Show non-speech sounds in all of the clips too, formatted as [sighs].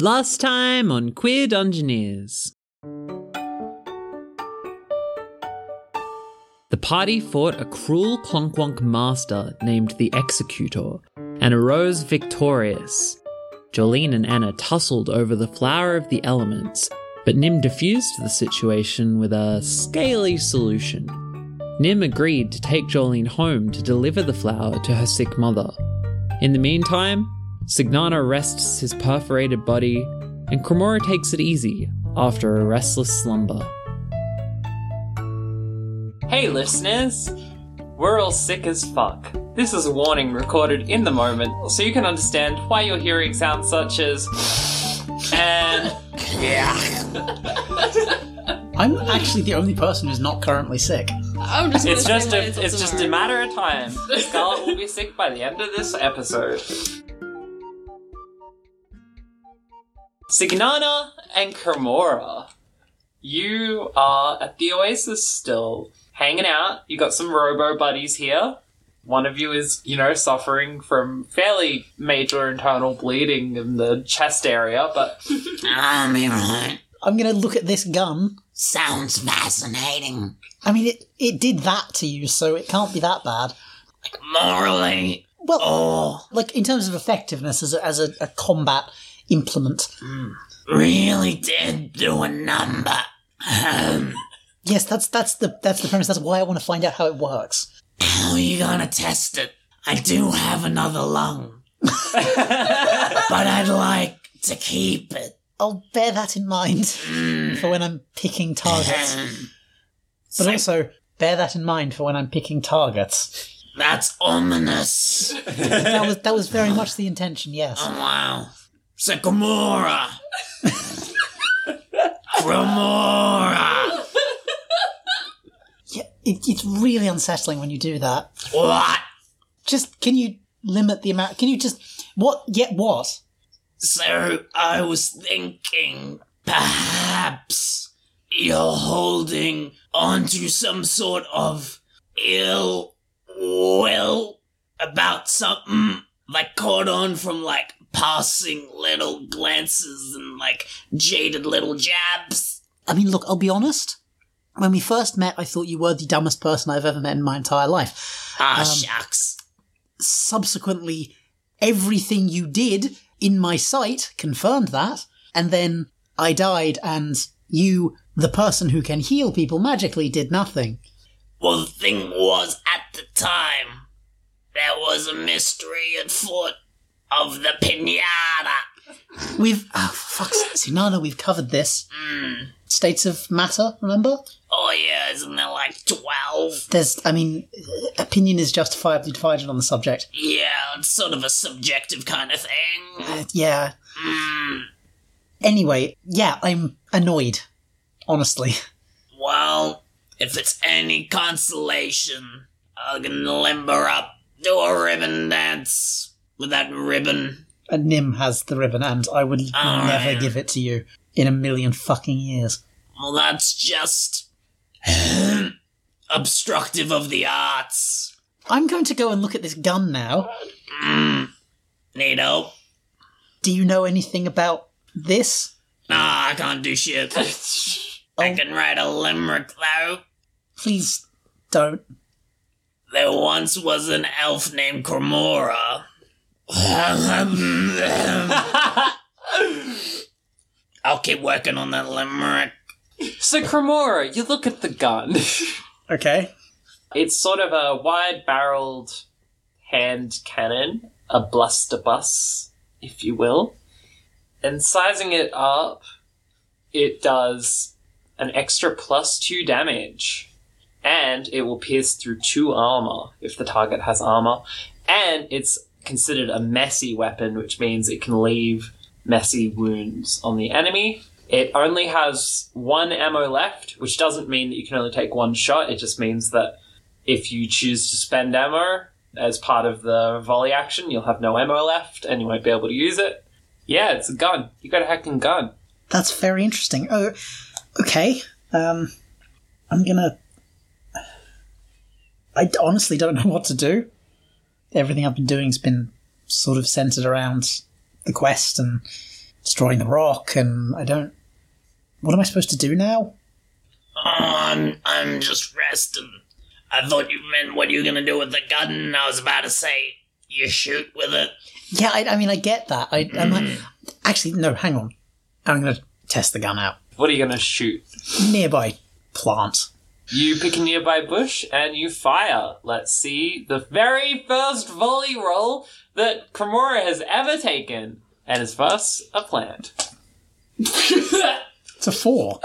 Last time on Queer Dungeoneers. The party fought a cruel Clonkwonk master named the Executor and arose victorious. Jolene and Anna tussled over the flower of the elements, but Nim diffused the situation with a scaly solution. Nim agreed to take Jolene home to deliver the flower to her sick mother. In the meantime, Signano rests his perforated body, and Cremora takes it easy after a restless slumber. Hey, listeners! We're all sick as fuck. This is a warning recorded in the moment so you can understand why you're hearing sounds such as. and. I'm actually the only person who's not currently sick. I'm just It's gonna just say a later it's just a tomorrow. matter of time. Scarlet will be sick by the end of this episode. Signana and Cremora, you are at the Oasis still, hanging out. You got some Robo buddies here. One of you is, you know, suffering from fairly major internal bleeding in the chest area, but [laughs] I mean, right. I'm going to look at this gum. Sounds fascinating. I mean, it, it did that to you, so it can't be that bad. Morally, Well, like in terms of effectiveness as a, as a, a combat implement, really did do a number. Um, yes, that's that's the that's the premise. That's why I want to find out how it works. how are you gonna test it? I do have another lung, but I'd like to keep it. I'll bear that in mind Hmm. for when I'm picking targets, Um, but also bear that in mind for when I'm picking targets. that's ominous. Oh, That was that was very much the intention. [laughs] Yes, Wow. Sycamora. Cremora. yeah, it, it's really unsettling when you do that. What? just can you limit the amount can you just what yet what So I was thinking, perhaps you're holding onto some sort of ill will about something like caught on from like passing little glances and like jaded little jabs. i mean look i'll be honest when we first met i thought you were the dumbest person i've ever met in my entire life Ah, shucks. subsequently everything you did in my sight confirmed that and then i died and you the person who can heal people magically did nothing Well, the thing was, at the time, there was a mystery at foot of the pinata. we've oh fuck's sinana we've covered this states of matter remember Oh yeah, isn't there like twelve? there's i mean opinion is justifiably divided on the subject Yeah, it's sort of a subjective kind of thing. Yeah. Mm, Anyway, yeah, I'm annoyed. Honestly. [laughs] well, if it's any consolation, I can limber up, do a ribbon dance with that ribbon. And Nim has the ribbon, and I would Oh, never yeah. give it to you in a million fucking years. Well, that's just [clears throat] obstructive of the arts. I'm going to go and look at this gun now. Hmm, Need help? Do you know anything about this? Nah, I can't do shit. I can write a limerick though. Please don't. There once was an elf named [laughs] Cremora. I'll keep working on that limerick. so Cremora, you look at the gun. [laughs] Okay. It's sort of a wide barreled hand cannon, a blunderbuss, if you will. And sizing it up, it does an extra plus two damage. And it will pierce through two armor if the target has armor. And it's considered a messy weapon, which means it can leave messy wounds on the enemy. It only has one ammo left, which doesn't mean that you can only take one shot. It just means that if you choose to spend ammo as part of the volley action, you'll have no ammo left and you won't be able to use it. Yeah, it's a gun. You got a hacking gun. That's very interesting. Oh, okay. Um, I'm gonna. I honestly don't [laughs] know what to do. Everything I've been doing has been sort of centered around the quest and destroying the rock, and I don't. What am I supposed to do now? Oh, I'm, I'm just resting. I thought you meant what you're gonna do with the gun. I was about to say you shoot with it. Yeah, I, I mean, I get that. I, I'm like, actually, no, hang on. I'm going to test the gun out. What are you going to shoot? Nearby plant. You pick a nearby bush and you fire. Let's see the very first volley roll that Kimura has ever taken, and it's thus a plant. It's a four.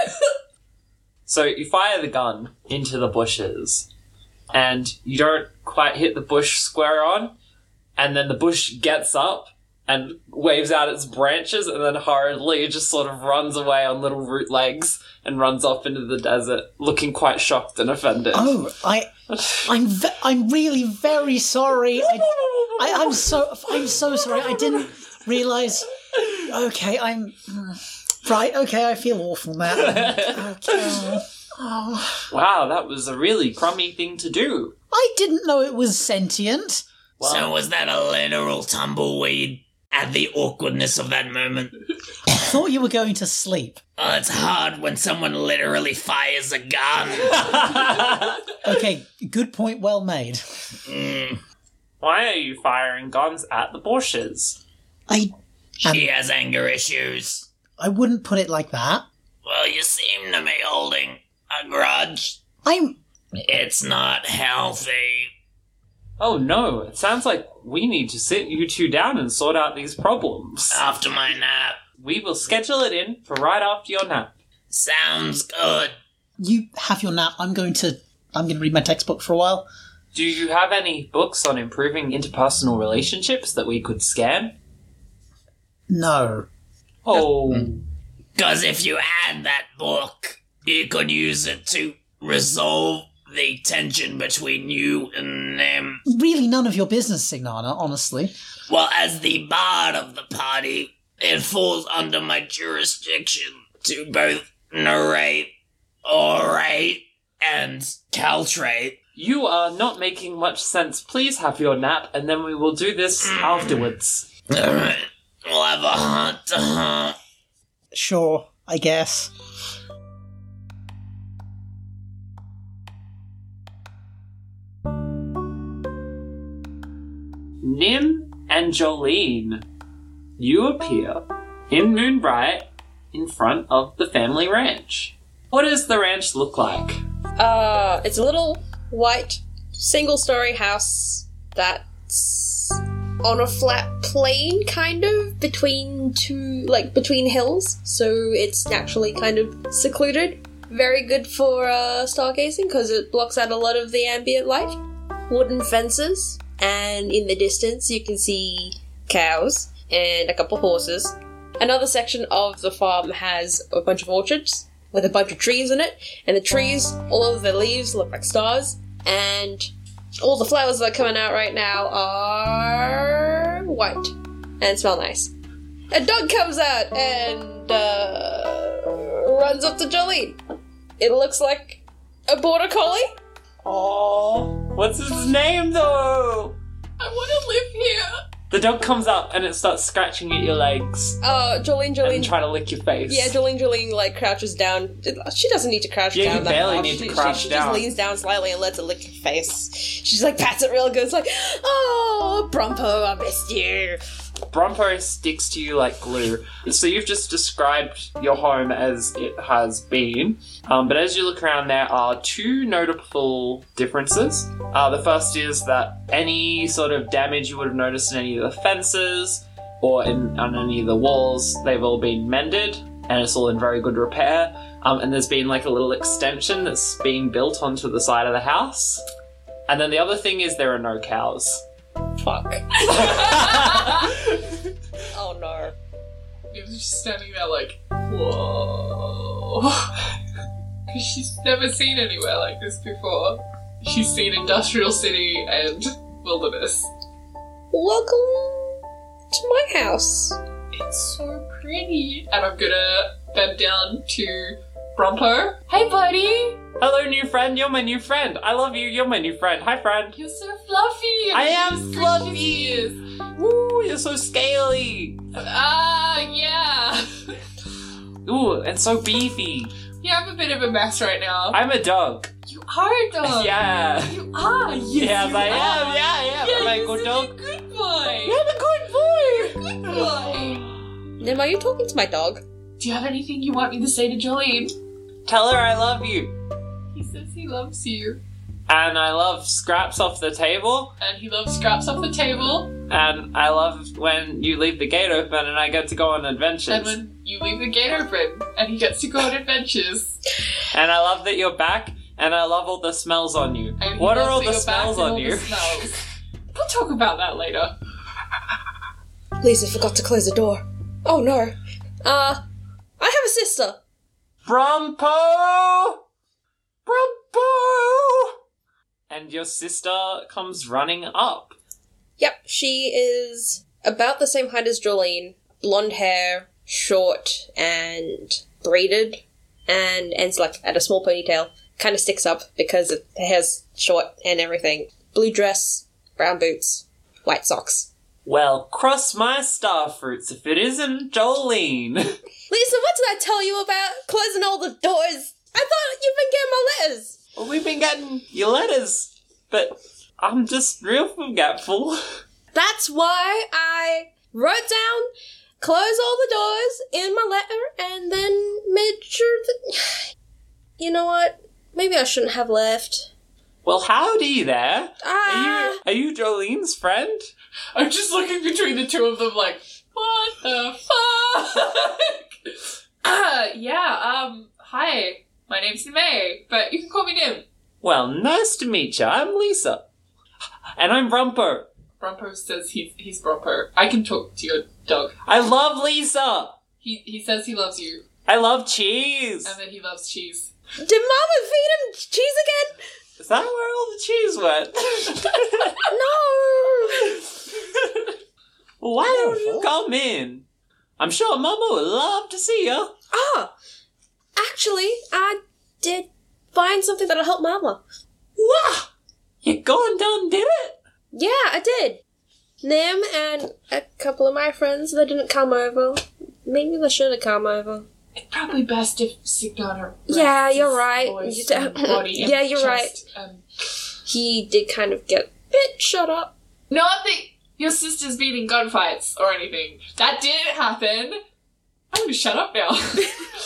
So you fire the gun into the bushes, and you don't quite hit the bush square on, and then the bush gets up and waves out its branches, and then hurriedly just sort of runs away on little root legs and runs off into the desert, looking quite shocked and offended. Oh, I, I'm, ve- I'm really very sorry. I, I, Oh. I'm so, I'm so sorry. I didn't realize. Okay, I'm hmm, right. Okay, I feel awful now. Okay. Oh, Wow, that was a really crummy thing to do. I didn't know it was sentient. Wow. So was that a literal tumbleweed? At the awkwardness of that moment. Thought you were going to sleep. Oh, it's hard when someone literally fires [laughs] a gun. Okay, good point. Well made. Mm, Why are you firing guns at the bushes? I, she has anger issues. I wouldn't put it like that. Well, you seem to be holding a grudge. I'm It's not healthy. Oh no, it sounds like we need to sit you two down and sort out these problems. After my nap. We will schedule it in for right after your nap. Sounds good. you have your nap. I'm going to I'm going to read my textbook for a while. Do you have any books on improving interpersonal relationships that we could scan? No. Oh, Because if you had that book, you could use it to resolve the tension between you and them. Really none of your business, Signana, honestly. Well, as the bard of the party, it falls under my jurisdiction to both narrate, orate, and caltrate. you are not making much sense. Please have your nap and then we will do this afterwards. Alright, we'll have a hunt to hunt. Sure, I guess. Nim and Jolene, you appear in Moonbright in front of the family ranch. What does the ranch look like? Uh, it's a little white single story house that's on a flat plain, kind of between two, like between hills. So it's naturally kind of secluded. Very good for uh, stargazing because it blocks out a lot of the ambient light. Wooden fences, and in the distance you can see cows and a couple horses. Another section of the farm has a bunch of orchards with a bunch of trees in it, and the trees, all of the leaves look like stars, and all the flowers that are coming out right now are white and smell nice. A dog comes out and uh, runs up to Jolene. It looks like a border collie. Oh, what's his name though? I want to live here. The dog comes up and it starts scratching at your legs Uh, Jolene, and Jolene. trying to lick your face. yeah, Jolene, Jolene, like, crouches down. She doesn't need to crouch Yeah, you down that barely much. need to She- she- crouch she, down. just leans down slightly and lets it lick your face. She's like, pats it real good. It's like, oh, Brumpo, I missed you. Brompo sticks to you like glue. So you've just described your home as it has been. Um, but as you look around, there are two notable differences. Uh, the first is that any sort of damage you would have noticed in any of the fences or in, on any of the walls, they've all been mended and it's all in very good repair. Um, and there's been like a little extension that's being built onto the side of the house. And then the other thing is there are no cows. [laughs] Fuck. [laughs] oh no. It was just standing there like, whoa. [laughs] Because she's never seen anywhere like this before. She's seen industrial city and wilderness. Welcome to my house. It's so pretty. And I'm gonna bend down to Brumpo. Hey, buddy! Hello, new friend. You're my new friend. I love you. You're my new friend. Hi, friend. You're so fluffy! I am Precious fluffy. ears. Woo, you're so scaly. Uh, Ah, yeah. [laughs] Ooh, and so beefy. Yeah, I'm a bit of a mess right now. I'm a dog. you are a dog. yeah. You are. Oh. Yes, yes, you I are. am. Yeah, yeah. Yeah, I'm a you're good such a dog. good boy. I'm a good boy. Good boy. Nim, are you talking to my dog? Do you have anything you want me to say to Jolene? Tell her I love you. He says he loves you, And I love scraps off the table. and he loves scraps off the table. And I love when you leave the gate open and I get to go on adventures. And when you leave the gate open, and he gets to go on adventures. And I love that you're back, and I love all the smells on you. And he What are loves all the that you're back smells and on all the you? smells. We'll talk about that later. Lisa forgot to close the door. Oh no. Uh, I have a sister. Brumpo! Brumpo! And your sister comes running up. Yep, she is about the same height as Jolene. Blonde hair, short and braided, and ends like at a small ponytail. Kind of sticks up because it her hair's short and everything. Blue dress, brown boots, white socks. Well, cross my starfruits if it isn't Jolene. [laughs] Lisa, what did I tell you about closing all the doors? I thought you've been getting my letters. well, we've been getting your letters, but I'm just real forgetful. That's why I wrote down, close all the doors in my letter, and then made sure that. [sighs] You know what? Maybe I shouldn't have left. Well, howdy there. Are Ah! you, are you Jolene's friend? I'm just looking between the two of them, like, what the fuck? [laughs] uh, yeah. Um. Hi, my name's May, but you can call me Nim. Well, nice to meet you. I'm Lisa. And I'm Rumpo. Brumpo says he's he's Brumpo. I can talk to your dog. I love Lisa. He he says he loves you, I love cheese. and that he loves cheese. Did Mama feed him cheese again? Is that where all the cheese went? No! Why don't you come in? I'm sure Mama would love to see you. Ah! Actually, I did find something that'll help Mama. Wah! You gone done did it? Yeah, I did. Nim and a couple of my friends that didn't come over. Maybe they should have come over. It's probably best if Signata. Yeah, rests you're his right. voice You don't- and body [laughs] and Yeah, you're chest and- He did kind of get a bit shut up. Not that your sister's been in gunfights or anything. That didn't happen. I'm gonna shut up now. [laughs]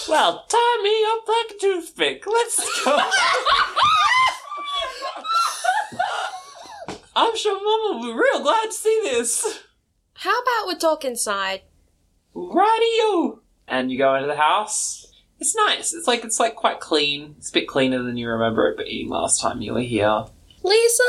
Well, tie me up like a toothpick. Let's go. I'm sure Mama will be real glad to see this. How about we talk inside? Radio. And you go into the house. It's nice. It's like it's like quite clean. It's a bit cleaner than you remember it being last time you were here. Lisa,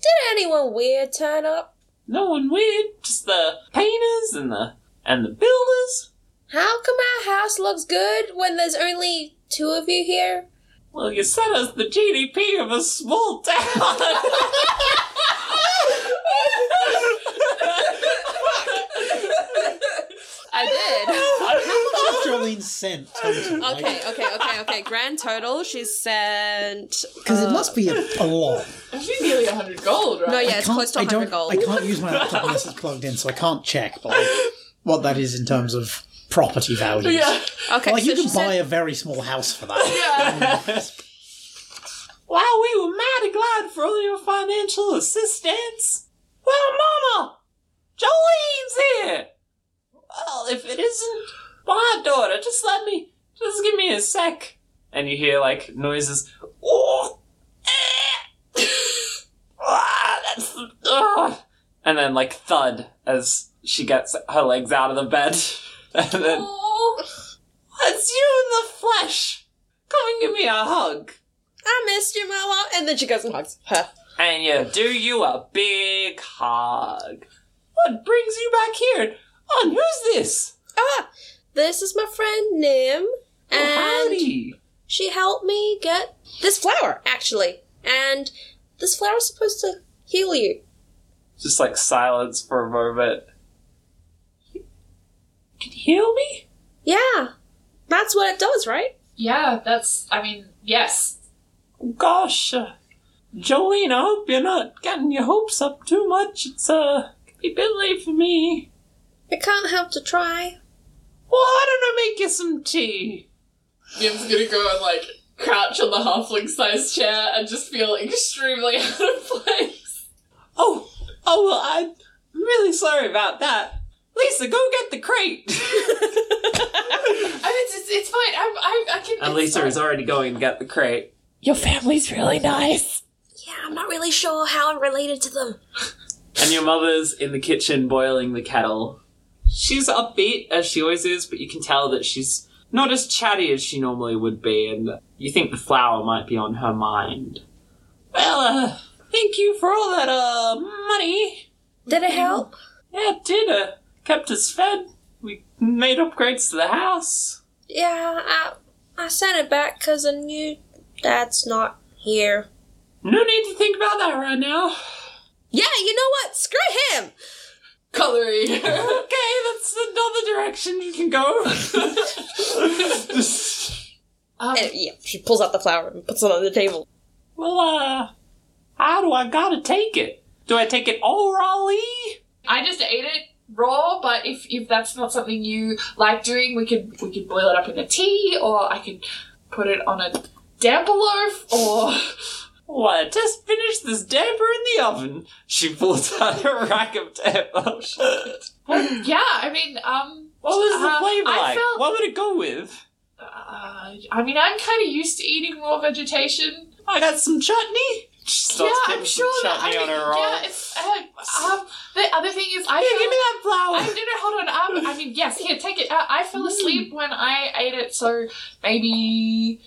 did anyone weird turn up? No one weird. Just the painters and the and the builders. How come our house looks good when there's only two of you here? Well, you sent us the GDP of a small town. [laughs] I [laughs] did. Jolene sent. okay, okay, okay, okay. Grand total, she sent. Because it must be a, a lot. I've been nearly 100 gold, right? uh, No, yeah, it's Can't- close to I 100 don't, I gold. can't use my laptop unless it's plugged in, so I can't check but like, what that is in terms of property values. Yeah. Okay, Like, so you she can buy sent. a very small house for that. Yeah. wow, we were mighty glad for all your financial assistance. Well, Mama, Jolene's here. Well, if it isn't my daughter, just let me, just give me a sec. And you hear like noises. Oh, eh. [laughs] ah, that's, ah. And then like thud as she gets her legs out of the bed. [laughs] and then. "Oh, That's you in the flesh. Come and give me a hug. I missed you, Mama. And then she goes and hugs her. And you do you a big hug. What brings you back here? On who's this? Ah, this is my friend Nim. Oh, And howdy. she helped me get this flower, actually. And this flower's supposed to heal you. Just like silence for a moment. You can heal me? Yeah, that's what it does, right? Yeah, that's. I mean, yes. Gosh, uh, Jolene, I hope you're not getting your hopes up too much. It's uh, could be a bit late for me. It can't help to try. Well, I don't know, make you some tea. Nim's gonna go and like crouch on the halfling sized chair and just feel extremely [laughs] out of place. Oh, oh, well, I'm really sorry about that. Lisa, go get the crate! [laughs] I mean, it's, it's, it's fine. I'm, I, I can. and it's Lisa fine. is already going to get the crate. Your family's really nice. Yeah, I'm not really sure how I'm related to them. And your mother's in the kitchen boiling the kettle. She's upbeat as she always is, but you can tell that she's not as chatty as she normally would be, and you think the flour might be on her mind. Well, uh, thank you for all that, uh, money. Did it help? Yeah, it did, uh, kept us fed. We made upgrades to the house. Yeah, I I sent it back because I knew Dad's not here. No need to think about that right now. Yeah, you know what? Screw him. [laughs] coloring. [laughs] okay, that's another direction you can [laughs] go. um, And yeah, she pulls out the flower and puts it on the table. well, uh, how do I gotta take it? Do I take it orally? I just ate it raw, but if if that's not something you like doing, we could we could boil it up in a tea, or I could put it on a damper loaf, [gasps] or Well, I just finished this damper in the oven. She pulls [laughs] out a rack of damper. yeah. I mean, um, what was the Uh, flavor I like? felt- What would it go with? uh, I mean, I'm kind of used to eating raw vegetation. I got some chutney. She starts yeah, putting I'm some sure that. I chutney mean, on her roll. yeah. It's, uh, um, the other thing is, I Here, feel- give me that flour. I, no, no, hold on. Um, I mean, yes, here, take it. Uh, I fell asleep when I ate it, so maybe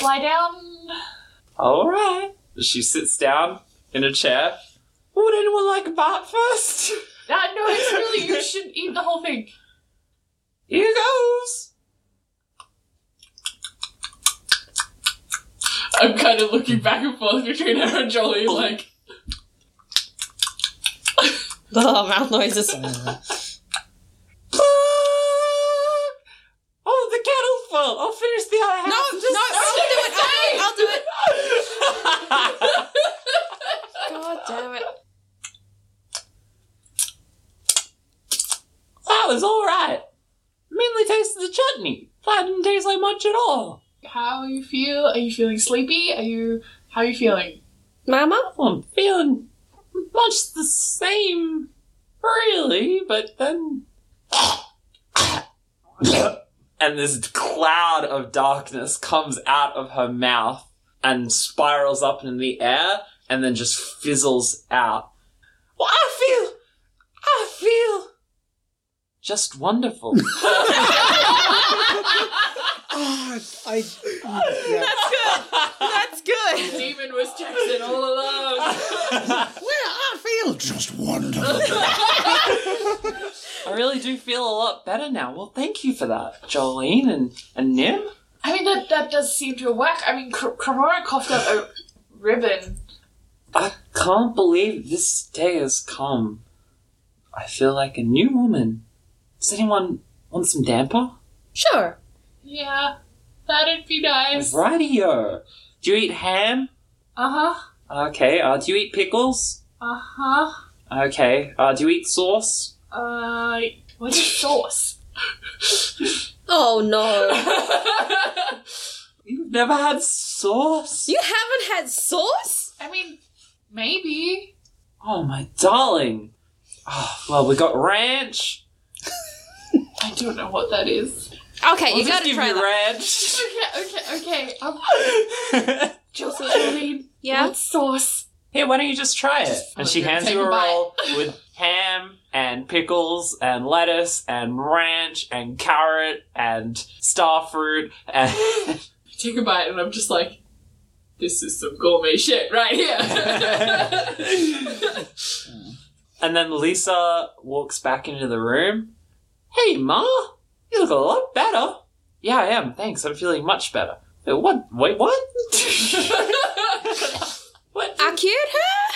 lie down. All right. She sits down in a chair. Would anyone like a bite first? Uh, no, it's really, [laughs] you should eat the whole thing. Here goes. I'm kind of looking back and forth between her and Jolie, like, The mouth noises. Ah! Oh, the kettle's full. I'll finish the other half. no, no, I'll do it. I'll, I'll do it. God damn it. that was all right. Mainly tasted the chutney. That didn't taste like much at all. How you feel? Are you feeling sleepy? Are you, how are you feeling? Mama, Well, I'm feeling much the same, really, but then. and this cloud of darkness comes out of her mouth and spirals up in the air and then just fizzles out. Well, I feel. I feel. Just [laughs] wonderful. Ah, I, oh, yeah. that's good. [laughs] Demon was Jackson all along. Well, I feel just wonderful. I really do feel a lot better now. Well, thank you for that, Jolene and, and Nim. I mean, that, that does seem to work. I mean, Kr- Cremora coughed up a ribbon. I can't believe this day has come. I feel like a new woman. Does anyone want some damper? Sure. Yeah, that'd be nice. Uh Rightio. Do you eat ham? huh. Okay. Uh, do you eat pickles? Uh huh. Okay. Uh, do you eat sauce? Uh, what is sauce? Oh no, [laughs] You've never had sauce? you haven't had sauce. I mean, maybe. Oh, my darling. Oh, well, we got ranch. I don't know what that is. Okay, I'll you just gotta give try you that. Okay, okay, okay. Um, ranch. [laughs] Joseph, Jolene, Yeah. what sauce? Hey, why don't you just try it? And she Okay, hands take you a a bite. roll with ham and pickles and lettuce and ranch and carrot and starfruit and [laughs] Take a bite, and I'm just like, this is some gourmet shit right [laughs] here. and then Lisa walks back into the room. Hey, Ma, you look a lot better. Yeah, I am. Thanks. I'm feeling much better. "Uh, What? Wait, what? what? I cured her.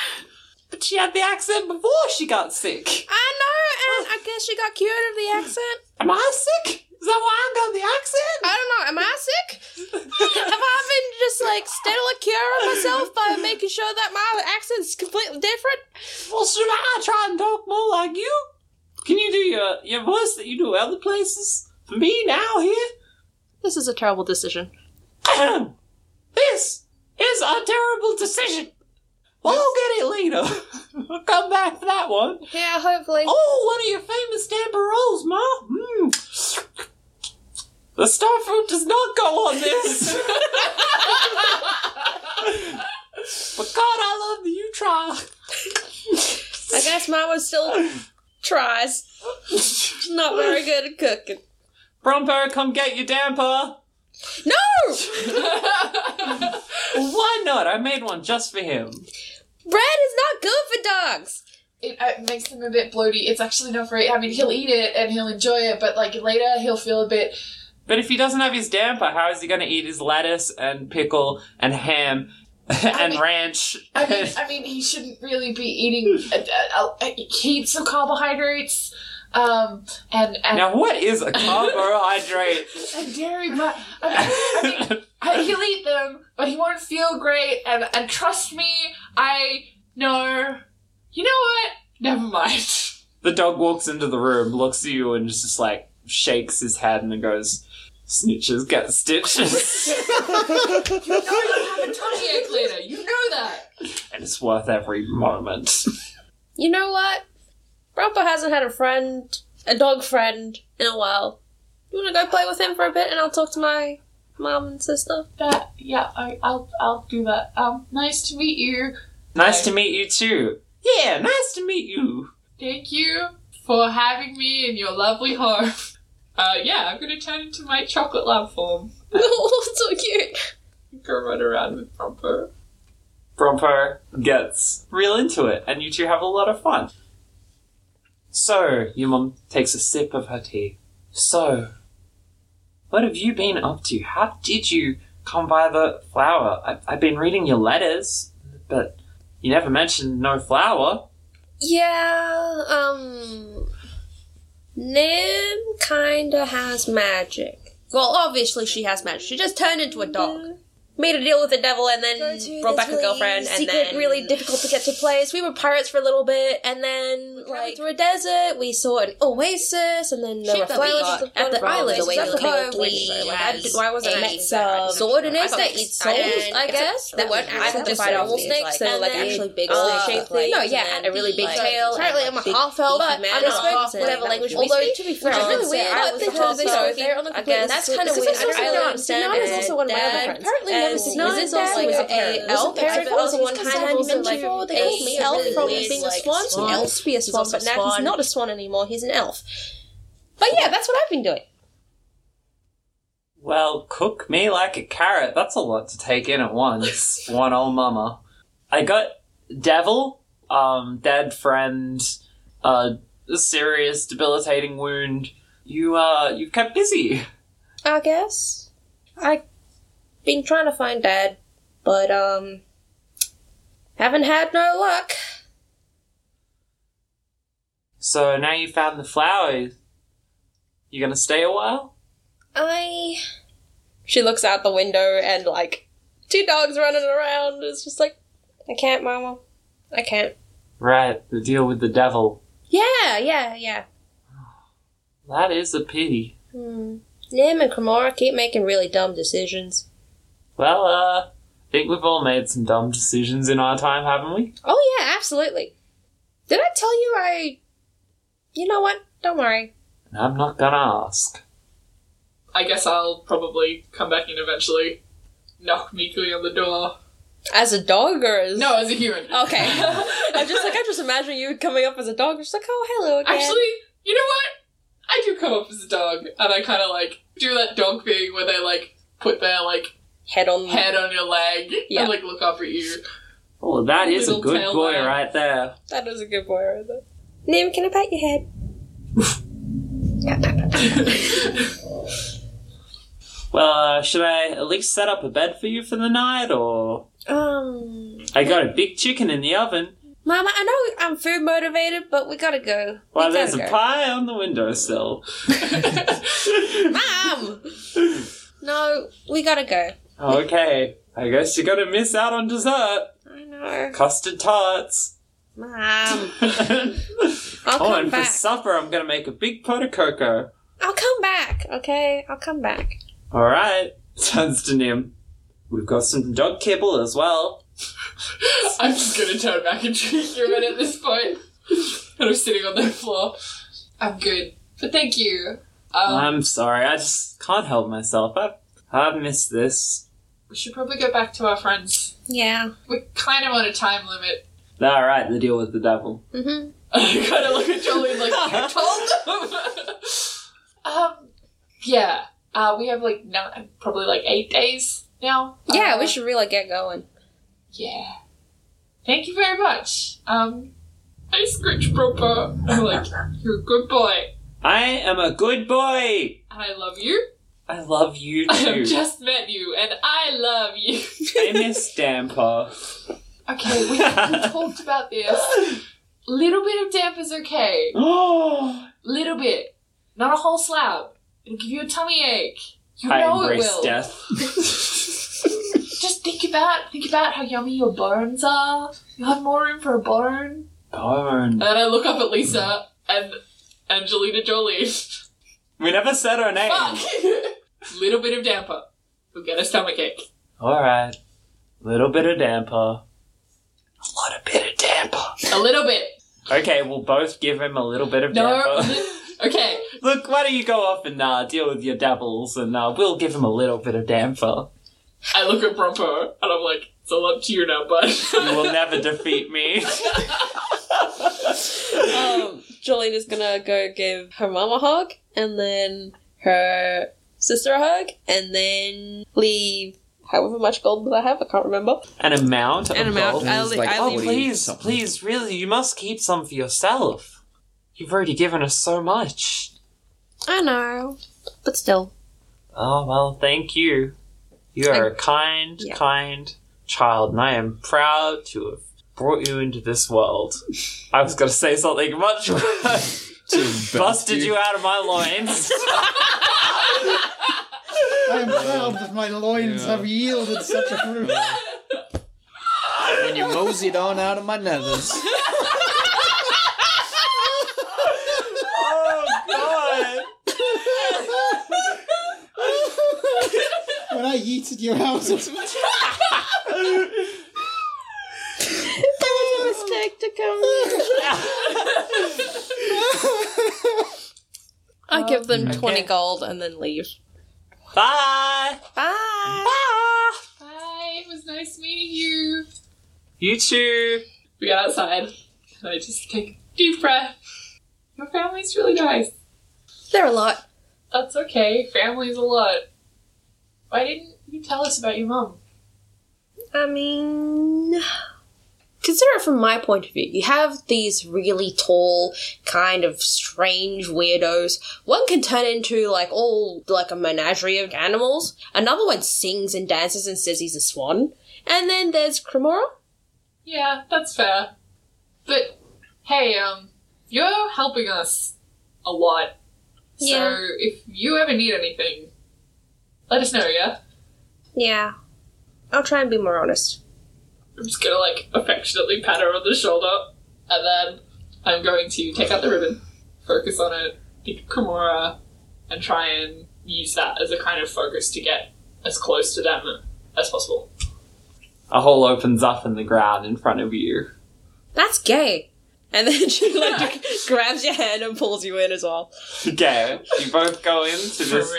But she had the accent before she got sick. I know, and I guess she got cured of the accent. Am I sick? Is that why I got the accent? I don't know. Am I sick? Have I been just like steadily curing myself by making sure that my accent's completely different? Well, should I try and talk more like you? Can you do your, your voice that you do other places? For me now here? This is a terrible decision. Ahem. This is a terrible decision. Well, I'll get it later. [laughs] I'll come back for that one. Yeah, hopefully. Oh, one of your famous Tampa rolls, Ma. Mm. The star fruit does not go on this. but God, I love the you try. I guess Mama still tries. [laughs] She's not very good at cooking. Brompo, come get your damper. No! Why not? I made one just for him. Bread is not good for dogs! It uh, makes him a bit bloaty. It's actually not very. I mean, he'll eat it and he'll enjoy it, but like later he'll feel a bit. But if he doesn't have his damper, how is he going to eat his lettuce and pickle and ham [laughs] and mean- ranch? [laughs] I mean, I mean, he shouldn't really be eating. Uh, uh, uh, he eats some carbohydrates, um, and and, now, what is [laughs] a carbohydrate? and dairy, but I mean, I mean, [laughs] I- he'll eat them, but he won't feel great. And and trust me, I know. You know what? Never mind. the dog walks into the room, looks at you, and just, just like shakes his head and then goes, "Snitches get [laughs] stitches," No, [laughs] you have a tummy ache later. You know that. and it's worth every [laughs] moment. You know what? Grandpa hasn't had a friend, a dog friend, in a while. You wanna go play with him for a bit and I'll talk to my mom and sister? That yeah, I, I'll I'll do that. Um, nice to meet you. nice to meet you too. Yeah, nice to meet you. Thank you for having me in your lovely home. [laughs] Uh, yeah, I'm gonna turn into my chocolate lab form. oh, so cute! Go run around with Pompo. Brompo gets real into it, and you two have a lot of fun. So, your mum takes a sip of her tea. So, what have you been up to? How did you come by the flower? I- I've been reading your letters, but you never mentioned no flower. [laughs] Yeah, um. Nim kinda has magic. Well, obviously she has magic. She just turned into a dog. Made a deal with the devil and then brought back a girlfriend and then really difficult to get to place. We were pirates for a little bit and then like through a desert we saw an oasis and then there were that we flowers got at the from island. the way That's we the cove lived we was like, had. as Why wasn't a I some sword and insects? Souls, I guess. That weren't actually biological snakes. They were like actually big uh, snake like, No, yeah, and a really big tail. Apparently, I'm a half elf, but I'm man, not and half a whatever half language. language Although, we which speak. is Which is really really weird. weird. I I was think half they elf. they're on the I complete- guess. That's kind of This is weird. I also don't Nana's understand. also one of my other friends. Apparently, And Nemesis Nana's Nana's also also was a a parrot. elf. Parrot Apparently, also one because kind I of was dimension. also, like, They a called me elf elf from from being a like, swan. So swan. he used to be a swan, also but a now he's swan. not a swan anymore. He's an elf. But yeah, that's what I've been doing. Well, cook me like a carrot. That's a lot to take in at [laughs] once. One old mama. I got devil, um, dead friend, uh, a serious debilitating wound. You uh, you've kept busy. I guess. I've been trying to find dad, but um haven't had no luck. So now you found the flower. You gonna stay a while? I She looks out the window and like two dogs running around. It's just like I can't, mama. I can't. Right, the deal with the devil. Yeah, yeah, yeah. That is a pity. Hmm. Nim and Kamora keep making really dumb decisions. Well, uh, I think we've all made some dumb decisions in our time, haven't we? Oh yeah, absolutely. Did I tell you I You know what? Don't worry. And I'm not gonna ask. I guess I'll probably come back in eventually. Knock meekly on the door. As a dog or as [laughs] No, as a human. [laughs] Okay. I'm just like I'm just imagining you coming up as a dog, just like oh hello again. Actually, you know what? I do come up as a dog, and I kind of like do that dog thing where they like put their like head on. head on your leg Yeah. and like look up at you. [laughs] Oh, that is a Little good tail boy man. right there. That was a good boy, right there. Nim, can I pat your head? Well, uh, should I at least set up a bed for you for the night, or Um, I got a big chicken in the oven? Mama, I know I'm food motivated, but we gotta go. Why, we there's gotta a go. pie on the windowsill. Mom. no, we gotta go. [laughs] Okay, I guess you're gonna miss out on dessert. I know, [laughs] Custard tarts. Mom. That's I'll Oh, come and back. for supper, I'm gonna make a big pot of cocoa. I'll come back. Okay, I'll come back. All right, [laughs] turns to Nim. We've got some dog kibble as well. I'm just gonna turn back and drink your men at this point. [laughs] and I'm sitting on the floor. I'm good. But thank you. Oh. Um, I'm sorry, I just can't help myself. I've, I've missed this. we should probably go back to our friends. Yeah. We're kind of on a time limit. All right, the deal with the devil. Mm-hmm. [laughs] I kind of look at Jolie and like, I told them! [laughs] um, yeah. Uh, we have like nine, probably like eight days now. Yeah, Uh, we should really get going. Yeah. Thank you very much. Um, I scritch proper. I'm like, you're a good boy. I am a good boy. And I love you. I love [laughs] you I have too. just met you, and I love you. [laughs] I miss [gasps] Damper. okay, we, we [laughs] talked about this. Little bit of damp is okay. [gasps] Oh, Little bit, not a whole slab. It'll give you a tummy ache. You I know it embrace will. death. Just think about think about how yummy your bones are. You have more room for a bone. Darn. And I look up at Lisa and Angelina Jolie. We never said her name. [laughs] Fuck! [laughs] Little bit of damper. We'll get a stomach ache. All right, little bit of Damper. A lot of bit of Damper. A little bit. Okay, we'll both give him a little bit of No. Damper. [laughs] okay. [laughs] Look, why don't you go off and uh, deal with your devils, and uh, we'll give him a little bit of damper. I look at Brumpo and I'm like, it's all up to you now, bud. You will [laughs] never defeat me. [laughs] Uh, Um, Jolene is gonna go give her mom a hug, and then her sister a hug, and then leave however much gold that I have. I can't remember. An amount. An of amount. gold? I, This is li- like- I oh, Oh, leave. please, Something. please, really, you must keep some for yourself. You've already given us so much. I know, but still. Oh well, thank you. You are a kind, yeah. kind child, and I am proud to have brought you into this world. I was going to say something much worse. Busted you out of my loins. I'm proud that my loins have yielded such a fruit. And you moseyed on out of my nethers. oh God. when I yeeted you out of That was a mistake to come. I give them twenty gold and then leave. Bye. Bye. Bye. Hi, it was nice meeting you. You too. We got outside and I just take a deep breath. Your family's really nice. They're a lot. That's okay. Family's a lot. Why didn't you tell us about your mum? I mean, consider it from my point of view. You have these really tall, kind of strange weirdos. One can turn into like all like a menagerie of animals. Another one sings and dances and says he's a swan. And then there's Cremora. Yeah, that's fair. But hey, um, you're helping us a lot. Yeah. So if you ever need anything, let us know, yeah? Yeah, I'll try and be more honest. I'm just gonna like affectionately pat her on the shoulder, and then I'm going to take out the ribbon, focus on it, think of Kimura, and try and use that as a kind of focus to get as close to them as possible. A hole opens up in the ground in front of you. [laughs] That's gay. And then she like grabs your hand and pulls you in as well. Okay, you both go into this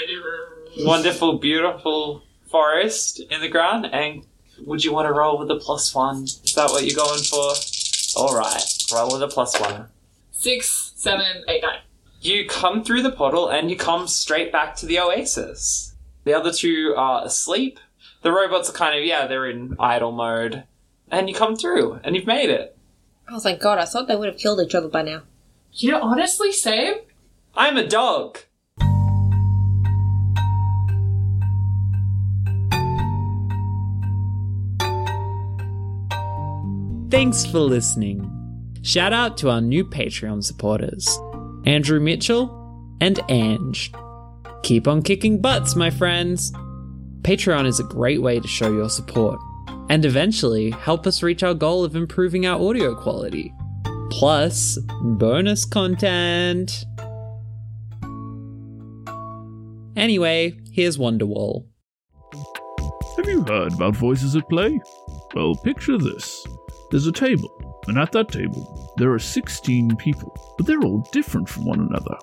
wonderful, beautiful forest in the ground, and would you want to roll with a plus one? Is that what you're going for? All right, roll with a plus one. Six, seven, eight, nine. You come through the portal and you come straight back to the oasis. The other two are asleep. The robots are kind of, yeah, they're in idle mode. And you come through and you've made it. Oh thank God! I thought they would have killed each other by now. You know, honestly, same. I'm a dog. Thanks for listening. Shout out to our new Patreon supporters, Andrew Mitchell and Ange. Keep on kicking butts, my friends. Patreon is a great way to show your support and eventually help us reach our goal of improving our audio quality. plus bonus content. Anyway, here's Wonderwall. Have you heard about voices at play? Well, picture this. There's a table, and at that table, there are 16 people, but they're all different from one another.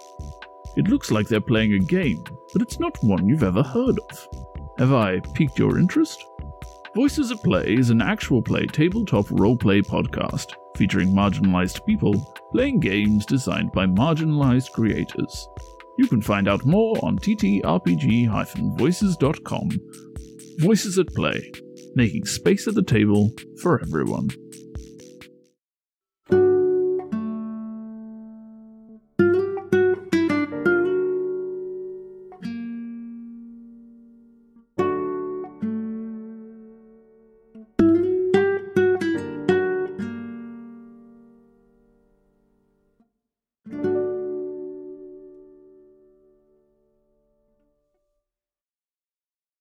It looks like they're playing a game, but it's not one you've ever heard of. Have I piqued your interest? Voices at Play is an actual play tabletop roleplay podcast featuring marginalized people playing games designed by marginalized creators. You can find out more on ttrpg-voices.com. Voices at Play, making space at the table for everyone.